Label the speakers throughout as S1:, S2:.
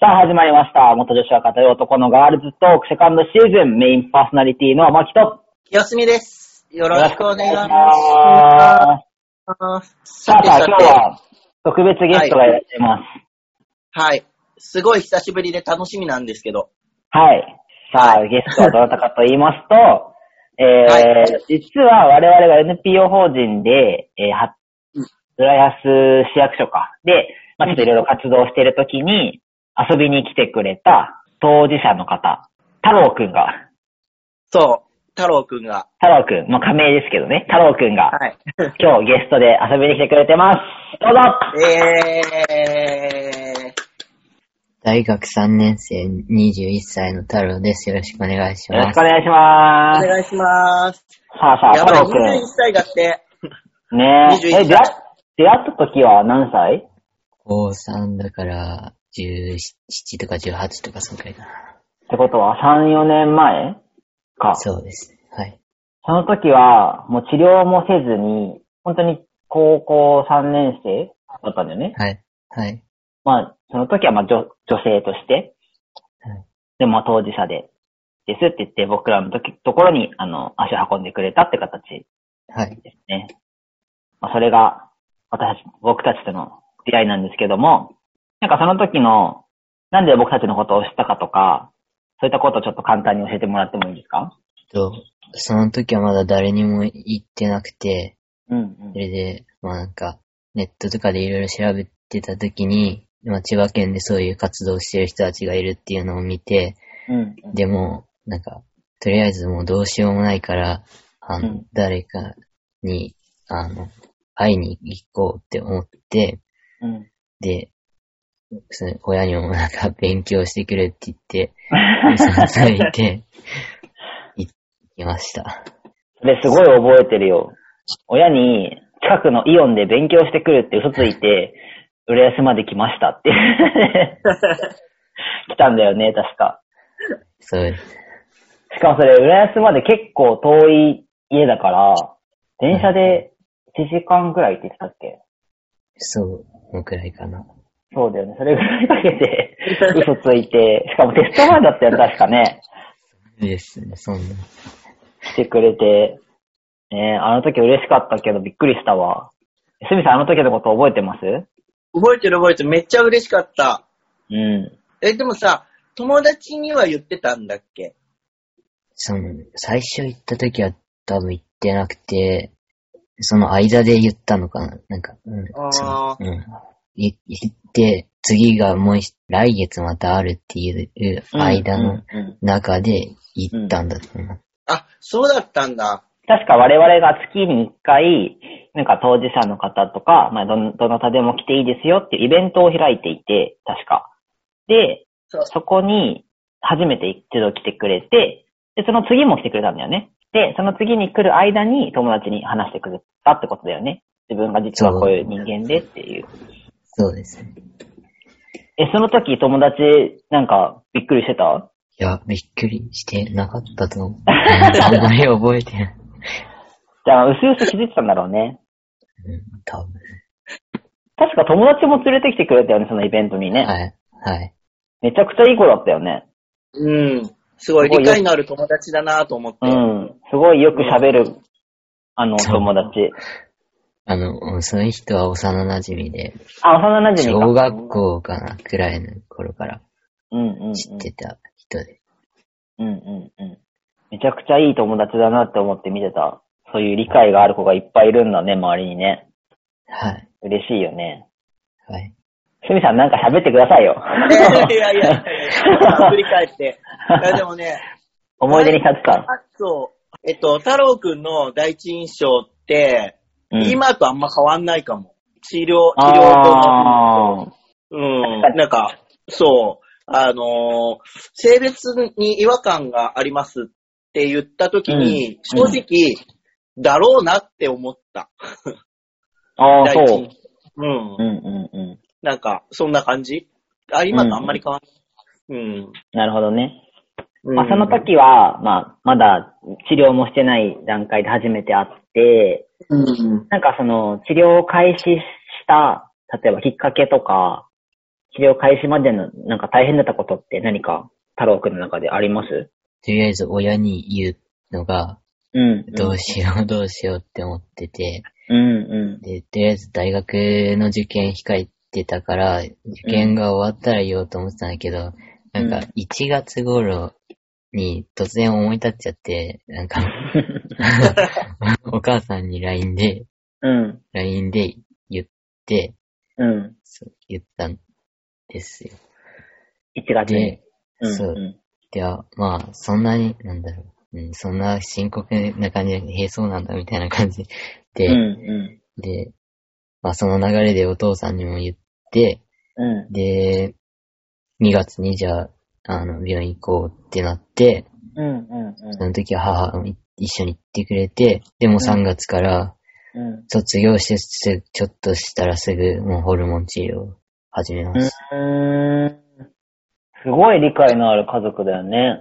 S1: さあ、始まりました。元女子は語る男のガールズトークセカンドシーズンメインパーソナリティのマキと、よ
S2: 清澄です。よろしくお願いし
S1: ま
S2: ます。
S1: す。さあ、さあ
S2: さて
S1: 今日は特別ゲストがいらっしゃいます。
S2: はい。すごい久しぶりで楽しみなんですけど。
S1: はい。さあ、ゲストはどなたかと言います と、えー
S2: はい
S1: 実は我々が NPO 法人で、えー、は浦安市役所か。で、まあ、ちょっといろいろ活動しているときに、遊びに来てくれた当事者の方、太郎くんが、
S2: そう。太郎くんが。
S1: 太郎くん、まあ、仮名ですけどね、太郎くんが、
S2: はい。
S1: 今日ゲストで遊びに来てくれてます。どうぞ
S2: え
S3: 大学3年生21歳の太郎です。よろしくお願いし
S1: よろ
S3: ま
S1: しく
S3: す
S1: お。願いし
S2: ー、お
S1: ます。
S2: 願いします。
S1: さあさあ、
S2: や
S1: 太
S2: ばい、
S1: 郎く
S2: 21歳だって。
S1: ん。ねえ、
S2: 21
S1: え、出会出会った時は何歳
S3: 高3だから17とか18とかそのくらいかな。
S1: ってことは3、4年前か。
S3: そうです。はい。
S1: その時は、もう治療もせずに、本当に高校3年生だったんだよね。
S3: はい。はい。
S1: まあ、その時はまあ女女性として
S3: はい、
S1: で、まあ当事者で、ですって言って僕らの時ところに、あの、足を運んでくれたって形
S3: はい。
S1: ですね。まあそれが、私たち、僕たちとの出会いなんですけども、なんかその時の、なんで僕たちのことを知ったかとか、そういったことをちょっと簡単に教えてもらってもいいですか
S3: と、その時はまだ誰にも言ってなくて、
S1: うん、
S3: それで、まあなんか、ネットとかでいろいろ調べてた時に、まあ千葉県でそういう活動してる人たちがいるっていうのを見て、
S1: うん。うん、
S3: でも、なんか、とりあえずもうどうしようもないから、あの、
S1: うん
S3: 誰かに、あの、会いに行こうって思って、
S1: うん。
S3: で、その親にもなんか勉強してくれって言って、嘘をついて、 行きました。
S1: それすごい覚えてるよ。親に、近くのイオンで勉強してくるって嘘ついて、浦安まで来ました って。来たんだよね、確か。
S3: そうです。
S1: しかもそれ、浦安まで結構遠い家だから、電車で1時間くらいって言ってたっけ
S3: そう、このくらいかな。
S1: そうだよね。それぐらいかけ て、嘘ついて、しかもテスト前だったよね、確かね。
S3: ですね、そんな。
S1: 来てくれて、ねあの時嬉しかったけどびっくりしたわ。すみさん、あの時のこと覚えてます
S2: 覚えてる覚えてる。めっちゃ嬉しかった。
S1: うん。
S2: え、でもさ、友達には言ってたんだっけ
S3: その、最初行った時は多分行ってなくて、その間で言ったのかななんか、うん。
S2: あー
S3: そううん。い言って、次がもう一来月またあるっていう間の
S1: うん
S3: 中で行ったんだと思う。
S2: あ、そうだったんだ。
S1: 確か我々が月に1回、なんか当事者の方とか、まあどん、どなたでも来ていいですよっていうイベントを開いていて、確か。で、
S2: そう
S1: そこに初めて一度来てくれて、で、その次も来てくれたんだよね。で、その次に来る間に友達に話してくれたってことだよね。自分が実はこういう人間でっていう。
S3: そうですね。
S1: え、その時友達なんかびっくりしてた
S3: いや、びっくりしてなかった と思う。あんまり覚えてない。
S1: じゃあ、うすうす気づいてたんだろうね。
S3: うん、多分。
S1: 確か友達も連れてきてくれたよね、そのイベントにね。
S3: はい。はい。
S1: めちゃくちゃいい子だったよね。
S2: うん。すごい理解のある友達だなと思って。
S1: うん。すごいよく喋る、あの、お
S3: そう
S1: 友達。
S3: あの、その人は幼馴染で、
S1: あ、幼馴染か。
S3: 小学校かなくらいの頃から
S1: うんうんうん。
S3: 知ってた人で。
S1: うんうんうん。めちゃくちゃいい友達だなって思って見てた。そういう理解がある子がいっぱいいるんだね、周りにね。
S3: はい。
S1: 嬉しいよね。
S3: はい。
S1: すみさんなんか喋ってくださいよ。
S2: いやいやい や、振り返って。いやでもね、
S1: 思い出に立つか。
S2: あと、えっと、太郎くんの第一印象って、
S1: うん、
S2: 今とあんま変わんないかも。治療、治療法
S1: あー
S2: うん、なんか、そう、あのー性別に違和感がありますって言った時に、
S1: うん
S2: 正直、だろうなって思った。
S1: あー、
S2: 第一
S1: そう
S2: 印。象うん
S1: う。んうんうん。
S2: なんか、そんな感じあ、今とあんまり変わんない。うん。
S1: なるほどね。
S2: うん
S1: まあ、その、時は、まあ、まだ治療もしてない段階で初めて会って、
S2: うん。
S1: なんかその治療を開始した、例えばきっかけとか、治療開始までのなんか大変だったことって何か太郎くんの中であります
S3: とりあえず親に言うのが、
S1: うん。
S3: どうしようどうしようって思ってて、
S1: うんう
S3: で、とりあえず大学の受験控えてたから、受験が終わったら言おうと思ってたんだけど、
S1: うん
S3: なんか1月頃に突然思い立っちゃって、な んか、お母さんに LINE で、
S1: ん。うん。
S3: LINE で言って、
S1: うん。
S3: そう言ったんですよ。
S1: 1月に
S3: で。、
S1: うん
S3: そう
S1: うん
S3: では、まあ、そんなに、なんだろう、うん、そんな深刻な感じで、へえ、そうなんだ、みたいな感じで、
S1: うんう
S3: で、まあ、その流れでお父さんにも言って、
S1: ん。う
S3: で、2月にじゃあ、あの、病院行こうってなって、
S1: ん。うんうん
S3: その時は母も一緒に行ってくれて、でも3月から
S1: うん。うん。
S3: 卒業してすぐ、ちょっとしたらすぐ、もうホルモン治療を始めます。
S1: うーんすごい理解のある家族だよね。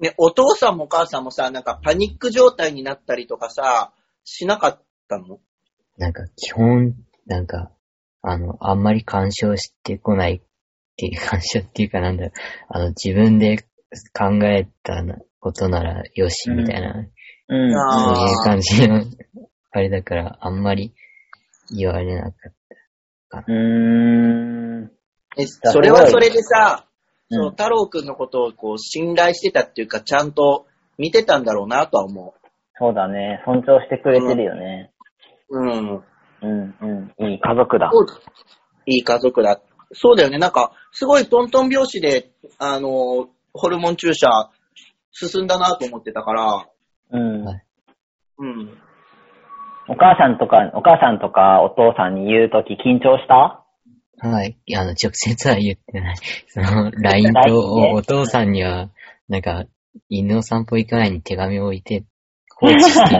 S2: ね、お父さんもお母さんもさ、なんかパニック状態になったりとかさ、しなかったの
S3: なんか、基本、なんか、あの、あんまり干渉してこないっていう、 干渉っていうかなんだろう、あの、自分で考えたことならよし、みたいな、
S1: うん。
S2: あ
S3: そう
S2: ー
S3: いう感じの、あれだから、あんまり言われなかっ
S1: うーん。
S2: え
S1: だ
S2: それはそれでさ、
S1: すごい
S2: そう太郎くんのことをこう信頼してたっていうか、ちゃんと見てたんだろうなとは思
S1: そうだね。尊重してくれてるよね。
S2: う。うん。
S1: うん、うん。いい家族だ。
S2: そういい家族だ。そうだよね。なんか、すごいトントン拍子で、あの、ホルモン注射進んだなと思ってたから、
S1: うん。
S3: はい
S2: うん。
S1: お母さんとか、お母さんとかお父さんに言うとき緊張した
S3: た。はい。あの、直接は言ってない。 その、LINE
S1: ね
S3: とおお父さんには、なんか、犬の散歩行く前に手紙を置いて、放置して。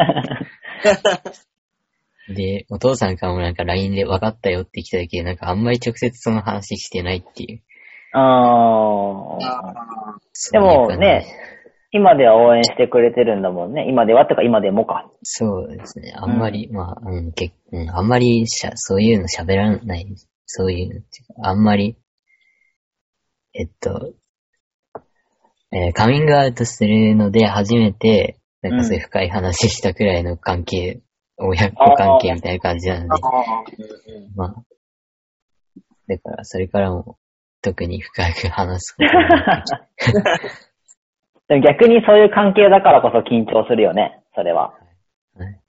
S3: で、お父さんからもなんか LINE で分かったよって来た時、なんかあんまり直接その話してないっていう。
S1: あー
S2: あー
S1: で
S3: そういう
S1: も
S3: 感じ
S1: ね、今では応援してくれてるんだもんね。今ではってか今でも か。
S3: そうですね。あんまり、まあ、うん、結うん、あんまりしゃ、そういうの喋らない。そういうのっていうかあんまり、えっと、えーカミングアウトするので初めて、なんかそういう深い話したくらいの関係、親子関係みたいな感じなので、まあ、だから、それからも、特に深く話すこと は
S1: でも逆にそういう関係だからこそ緊張するよね。それは。
S3: はい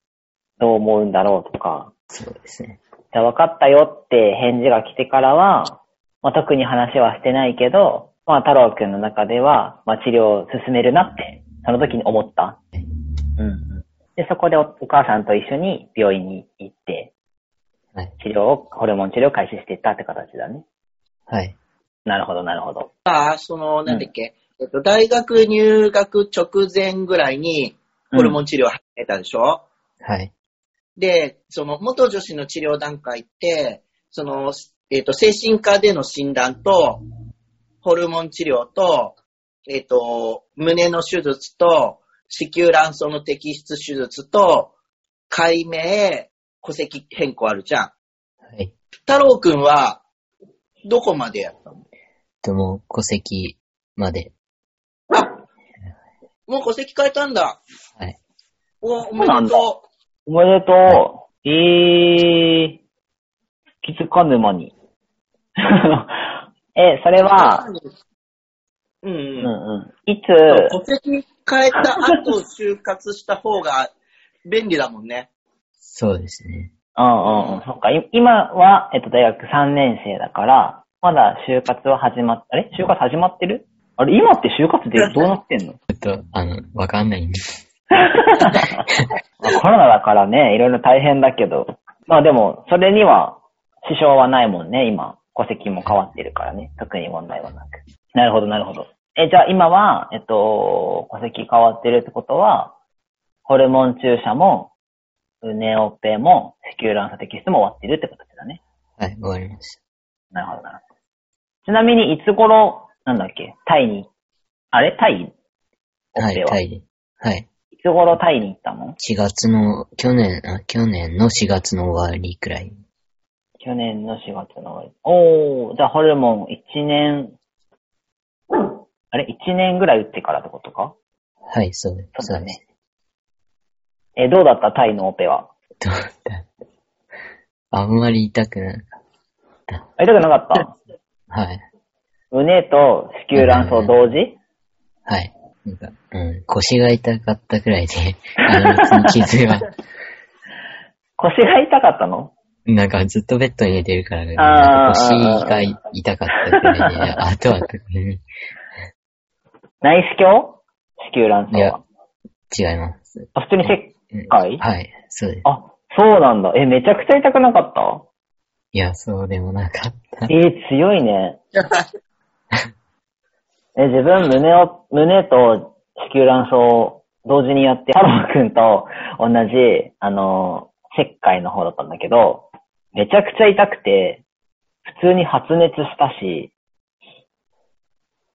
S1: どう思うんだろうとか。
S3: そうですね。
S1: じゃあ分かったよって返事が来てからは、まあ、特に話はしてないけど、まあ、太郎くんの中では、まあ、治療を進めるなって、その時に思った。うんうん。で、そこでおお母さんと一緒に病院に行って、
S3: はい。
S1: 治療を、ホルモン治療を開始していったって形だね。
S3: はい。
S1: なるほど、なるほど。
S2: さあ、その、なんだっけ、えっと、大学入学直前ぐらいに、ホルモ
S1: ン。
S2: ン治療始めたでしょ、
S3: はい。
S2: で、その、元女子の治療段階って、その、えっと、精神科での診断と、ホルモン治療と、えっと、胸の手術と、子宮卵巣の摘出手術と、解明、戸籍変更あるじゃん。
S3: はい。
S2: 太郎くんは、どこまでやったの
S3: とも、戸籍まで。
S2: もう戸籍変えたんだ。
S3: はい。
S2: お、お
S1: そうな
S2: め
S1: ん
S2: で
S1: だ
S2: と
S1: おめでとう。えー、気づかぬ間に。 え、それ
S2: う。
S1: は、う
S2: うんうん
S1: ん。うん。いつ、
S2: 戸籍変えた後、就活した方が便利だもんね。
S3: そうですね。
S1: うんうんうん。そっか。い今は、えっと、大学3年生だから、まだ就活は始まっ、あれ就活始まってるあれ今って就活ってどうなってん の
S3: ちょっと、あの、わかんないんです。
S1: まあコロナだからね、いろいろ大変だけど。まあでも、それには支障はないもんね、今。戸籍も変わってるからね。特に問題はなく。なるほど、なるほど。え、じゃあ今は、えっと、戸籍変わってるってことは、ホルモン注射も、胸オペも、子宮卵巣摘出も終わってるってことだね。
S3: はい、終わりまし
S1: なるほどなるほど。ちなみに、いつ頃、なんだっけ、タイに、あれタイ
S3: た。は
S1: オペ
S3: い、タイで。はい。
S1: いつ頃タイに行ったの
S3: 4月の、去年、あ、去年の4月の終わりくらい。
S1: 去年の4月の終わり。おー、じゃあホルモン1年、あれ ?1 年ぐらい打ってからってことか
S3: はい、そうです。そうですね。
S1: え、どうだったタイのオペは。
S3: どうだったあんまり痛くなかっ
S1: あ痛くなか った
S3: た。はい。
S1: 胸と子宮卵巣同 時
S3: はい。なんか、うん、腰が痛かったくらいで、あの、別に傷が、
S1: 腰が痛かったの
S3: なんかずっとベッドに寝てるから、ね、
S1: あー
S3: 腰が痛かったくらいで、あとは特に、
S1: 内視鏡子宮卵
S3: い
S1: 巣は。、
S3: や違います。
S1: あ、普通に切
S3: うん
S1: 開
S3: はい、そうです。
S1: あ、そうなんだ。え、めちゃくちゃ痛くなかった
S3: いや、そうでもなかった。
S1: えー、強いね。え、自分胸を、胸と子宮卵巣を同時にやって、ハロー君と同じ、あの、切開の方だったんだけど、めちゃくちゃ痛くて、普通に発熱したし、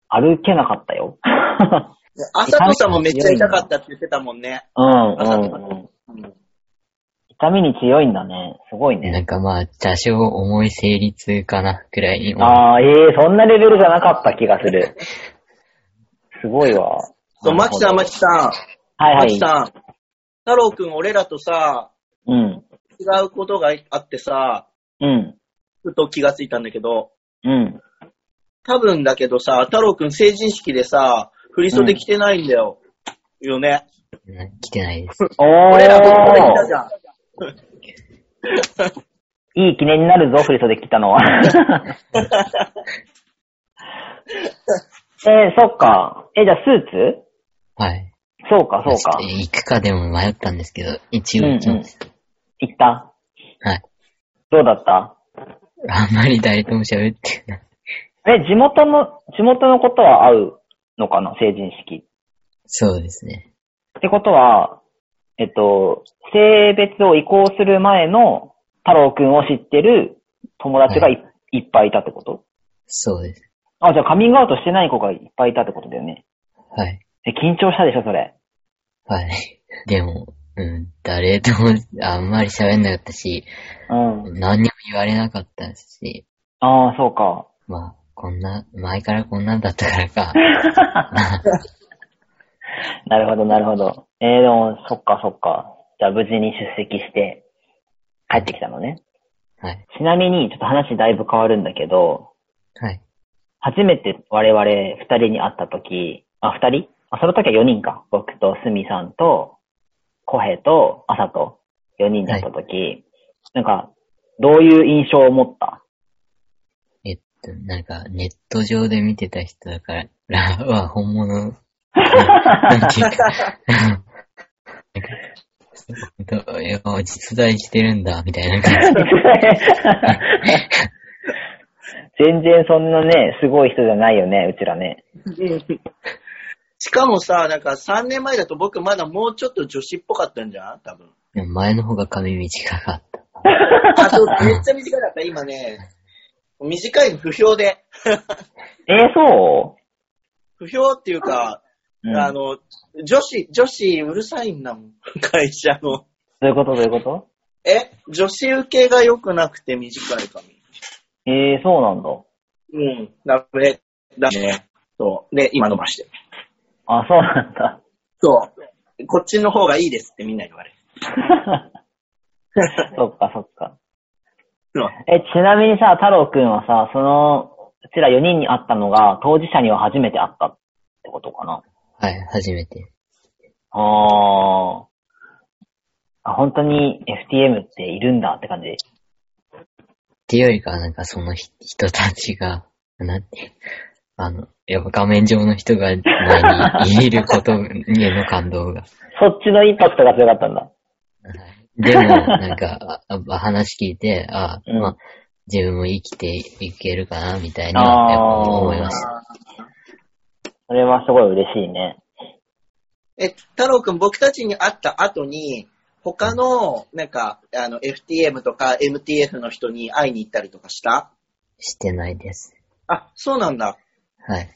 S1: 歩けなかったよ。
S2: 朝子さんもめっちゃ痛かったって言ってたもんね。
S1: うん、うん、うん。痛みに強いんだね。すごい
S3: なん
S1: ね。
S3: かまあ、多少重い生理痛かな、くらいにも。
S1: ああ、ええそんなレベルじゃなかった気がする。すごいわ。
S2: そう、マキさん、マキさん。
S1: はいは
S2: マキ
S1: い。
S2: さん。太郎くん、俺らとさ、
S1: うん。
S2: 違うことがあってさ、
S1: うん。
S2: ふと気がついたんだけど、
S1: うん。
S2: 多分だけどさ、太郎くん成人式でさ、振り袖着てないんだよ。よね。
S3: うん来てないです。
S1: お
S2: 俺らもこれ着たじ
S1: ー
S2: ゃん。
S1: いい記念になるぞ、振り袖着たのは。えー、そっか。え、じゃあスーツ
S3: はい。
S1: そうか、そうか
S3: ちょっと。行くかでも迷ったんですけど、一応行きます。
S1: 行った
S3: はい。
S1: どうだった
S3: あんまり誰とも喋ってない。
S1: え、地元の、地元のことは会うのかな成人式。
S3: そうですね。
S1: ってことは、えっと、性別を移行する前の太郎くんを知ってる友達がい,、いっぱいいたってこと
S3: そうです。
S1: あ、じゃあカミングアウトしてない子がいっぱいいたってことだよね。
S3: はい。
S1: え、緊張したでしょ、それ。
S3: はい。でも、うん、誰とも、あんまり喋んなかったし、
S1: うん。
S3: 何にも言われなかったし、
S1: ああ、そうか。
S3: まあ、こんな、前からこんなんだったか らか。
S1: なるほど、なるほど。えー、でも、そっか、そっか。じゃあ、無事に出席して、帰ってきたのね。
S3: はい。
S1: ちなみに、ちょっと話だいぶ変わるんだけど、
S3: はい。
S1: 初めて我々二人に会った時、あ、二人あ、その時は四人か。僕とスミさんと、コヘと、アサと、四人だった時、なんか、どういう印象を持った
S3: えっと、なんか、ネット上で見てた人だから、は本物。なんていう かなんかいや実在してるんだ、みたいな感じ。
S1: 全然そんなね、すごい人じゃないよね、うちらね。
S2: しかもさ、なんか3年前だと僕まだもうちょっと女子っぽかったんじゃん多分。
S3: でも前の方が髪短かった。
S2: あ、そう、めっちゃ短かった、今ね。短いの不評で。
S1: えーそ
S2: 不評っていうか、
S1: う、うん、
S2: あの、女子、女子うるさいんだもん。会社の。
S1: どういうことどういうこと
S2: え、女子受けが良くなくて短い髪。
S1: えー、そうなんだ。
S2: うん。だめ、だね。そう。で、今伸ばして。
S1: あ、そうなんだ。
S2: そう。こっちの方がいいですってみんなに言われる。
S1: そっかそっか。
S2: そう
S1: え、ちなみにさ、太郎くんはさ、その、うちら4人に会ったのが、当事者には初めて会ったってことかな。
S3: はい、初めて。
S1: あー。あ、本当に FTM っているんだって感じ。
S3: っていうよりかは、なんかその人人たちが、なんて、あの、やっぱ画面上の人が前にいることへの感動が。
S1: そっちのインパクトが強かったんだ。
S3: でも、なんか、ああ話聞いて、あ、
S1: うん
S3: まあ、自分も生きていけるかな、みたいに、や
S1: あ
S3: っ
S1: ー
S3: ぱ思いました。
S1: それはすごい嬉しいね。
S2: え、太郎くん、僕たちに会った後に、他の、なんか、あの、FTM とか MTF の人に会いに行ったりとかした
S3: してないです。
S2: あ、そうなんだ。
S3: はい。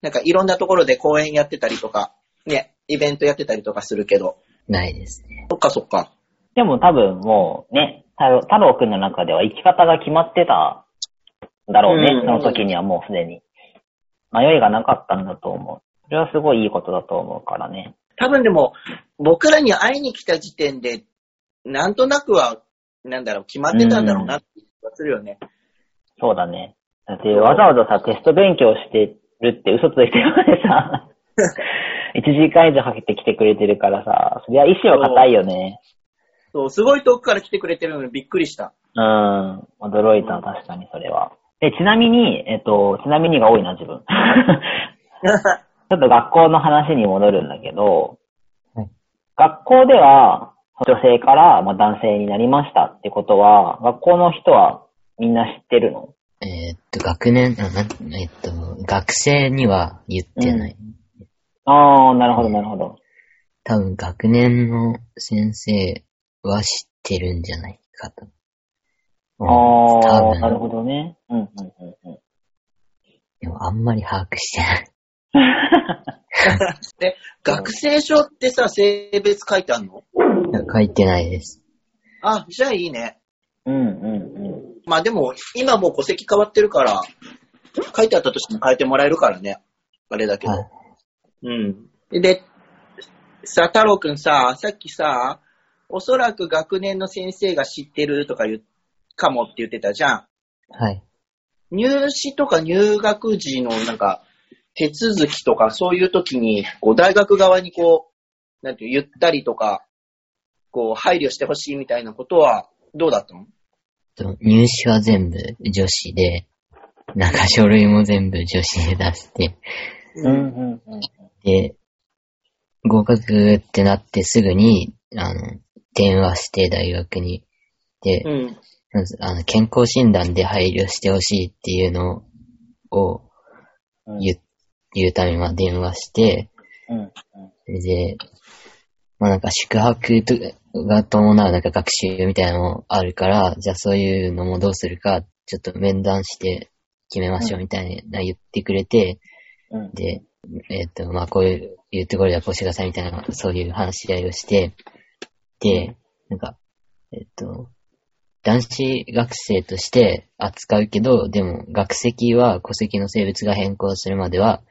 S2: なんか、いろんなところで公演やってたりとか、ね、イベントやってたりとかするけど。
S3: ないですね。
S2: そっかそっか。
S1: でも多分もうね、太郎太郎くんの中では生き方が決まってたんだろうね、
S2: う
S1: そ
S2: ん
S1: の時にはもうすでに。迷いがなかったんだと思う。それはすごいいいことだと思うからね。
S2: 多分でも、僕らに会いに来た時点で、なんとなくは、なんだろう、決まってたんだろうなって気がするよね。
S1: そうだね。だってわざわざさ、テスト勉強してるって嘘ついてまでさ、1時間以上かけて来てくれてるからさ、そりゃ意志は固いよね。
S2: そう、すごい遠くから来てくれてるのにびっくり した。
S1: うん。驚いた、確かにそれは。で、ちなみに、えっと、ちなみにが多いな、自分。 ちょっと学校の話に戻るんだけど、
S3: はい
S1: 学校では女性からまあ男性になりましたってことは、学校の人はみんな知ってるの
S3: えーっと、学年、あなんえーっと、学生には言ってない。
S1: ああ、なるほど、なるほど。
S3: 多分学年の先生は知ってるんじゃないかと。うん
S1: ああ、なる
S3: 多分、
S1: ほどね。うん、うん、うんうん。
S3: でもあんまり把握してない。
S2: で、学生証ってさ、性別書いてあんの
S3: いや書いてないです。
S2: あ、じゃあいいね。
S1: うん、うん、うん。
S2: まあでも、今もう戸籍変わってるから、書いてあったとしても変えてもらえるからね。あれだけど。
S3: はい。
S2: うん。で、さ、太郎くんさ、さっきさ、おそらく学年の先生が知ってるとか言う、かもって言ってたじゃん。
S3: はい。
S2: 入試とか入学時のなんか、手続きとかそういう時に、こう、大学側にこう、なんていう、ゆったりとか、こう、配慮してほしいみたいなことは、どうだったの
S3: と入試は全部女子で、なんか書類も全部女子で出して、
S1: うん、うん、うん。
S3: で、合格ってなってすぐに、あの、電話して大学に。で
S2: う、ん。
S3: あの、健康診断で配慮してほしいっていうのを
S1: うん
S3: 言う、言うために電話して、
S1: うん、
S3: で、まあなんか宿泊とが伴うなんか学習みたいなのもあるから、じゃあそういうのもどうするか、ちょっと面談して決めましょうみたいな言ってくれて、
S1: うん。
S3: で、えっ、と、まあ、こういう、いうところではこうしてくださいみたいな、そういう話し合いをして、で、なんか、えっ、と、男子学生として扱うけど、でも学籍は戸籍の性別が変更するまでは、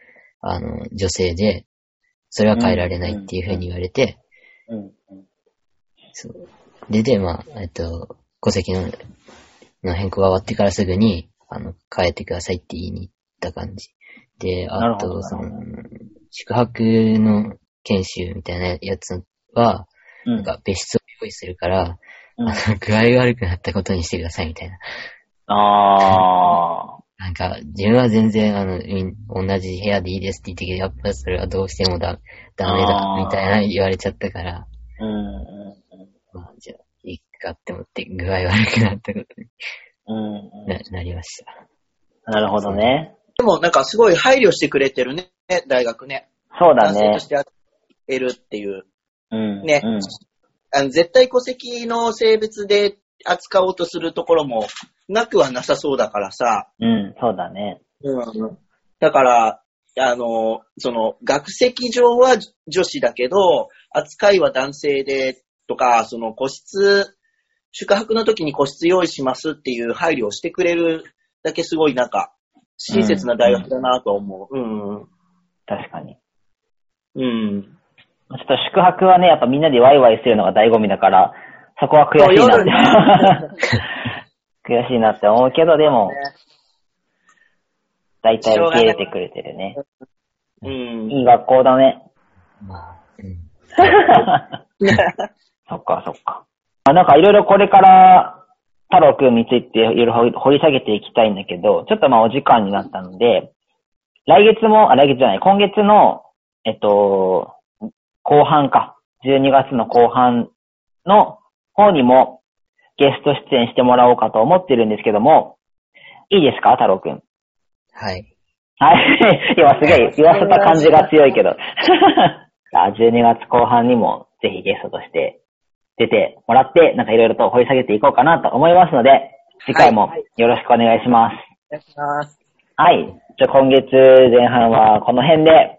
S3: あの、女性で、それは変えられないっていうふうに言われて、
S1: うん、
S3: そう。で、で、まあ、えっと、戸籍のの変更が終わってからすぐに、あの、変えてくださいって言いに行った感じ。で、
S1: な
S3: あ
S1: るほど
S3: と、そ
S1: なる
S3: の、宿泊の研修みたいなやつは、
S1: うん。
S3: なんか別室を用意するから、
S1: うん
S3: あの、具合が悪くなったことにしてくださいみたいな。
S1: ああ、
S3: なんか、自分は全然、あの、みん同じ部屋でいいですって言ってけど、やっぱそれはどうしてもだ、ダメだ
S1: あ、ー
S3: みたいな言われちゃったから、
S1: うん、うん
S3: まあ、じゃあ、いいかって思って、具合悪くなったことに
S1: うん、うん。
S3: ななりました。
S1: なるほどね。
S2: でもなんかすごい配慮してくれてるね、大学ね。
S1: そうだ
S2: 男性
S1: ね
S2: とし。て扱えるっていう。
S1: うん。
S2: ね
S1: うん。
S2: あの絶対戸籍の性別で扱おうとするところもなくはなさそうだからさ。
S1: うん、そうだね。
S2: うん。だから、あの、その、学籍上は女子だけど、扱いは男性で、とか、その個室、宿泊の時に個室用意しますっていう配慮をしてくれるだけすごいなんか、親切な大学だなとは思う。うん。うん
S1: 確かに。
S2: うん。
S1: ちょっと宿泊はね、やっぱみんなでワイワイするのが醍醐味だから、そこは悔しいなって。 悔しいなって思うけど、でも、大体受け入れてくれてるね。
S2: うん。
S1: いい学校だ ね。
S3: まあ、うん。
S1: そっか、そっか。あなんかいろいろこれから、太郎くんについていろいろ掘り掘り下げていきたいんだけど、ちょっとまあお時間になったので、来月も、あ、来月じゃない、今月の、えっと、後半か。12月の後半の方にもゲスト出演してもらおうかと思ってるんですけども、いいですか、太郎くん。
S3: はい。
S1: はい。 今すげえ言わせた感じが強い けど。あ12月後半にもぜひゲストとして出てもらって、なんかいろいろと掘り下げていこうかなと思いますので、次回もよろしくお願いします。
S2: お願いします。
S1: はい。じゃあ今月前半はこの辺で、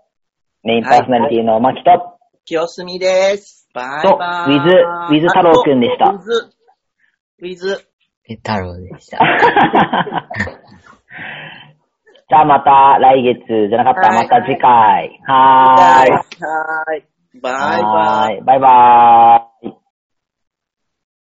S1: メインパーソナリティのマキと、
S2: 清澄です。バイバイ。
S1: と with- with 太郎くんでした
S2: あと with ウィズ。
S3: ペタロウでした。
S1: じゃあまた来月じゃなかった、
S2: は
S1: ま
S2: い
S1: た次回。はーい。
S2: はい。バイバイ。
S1: はーい。バイバーイ。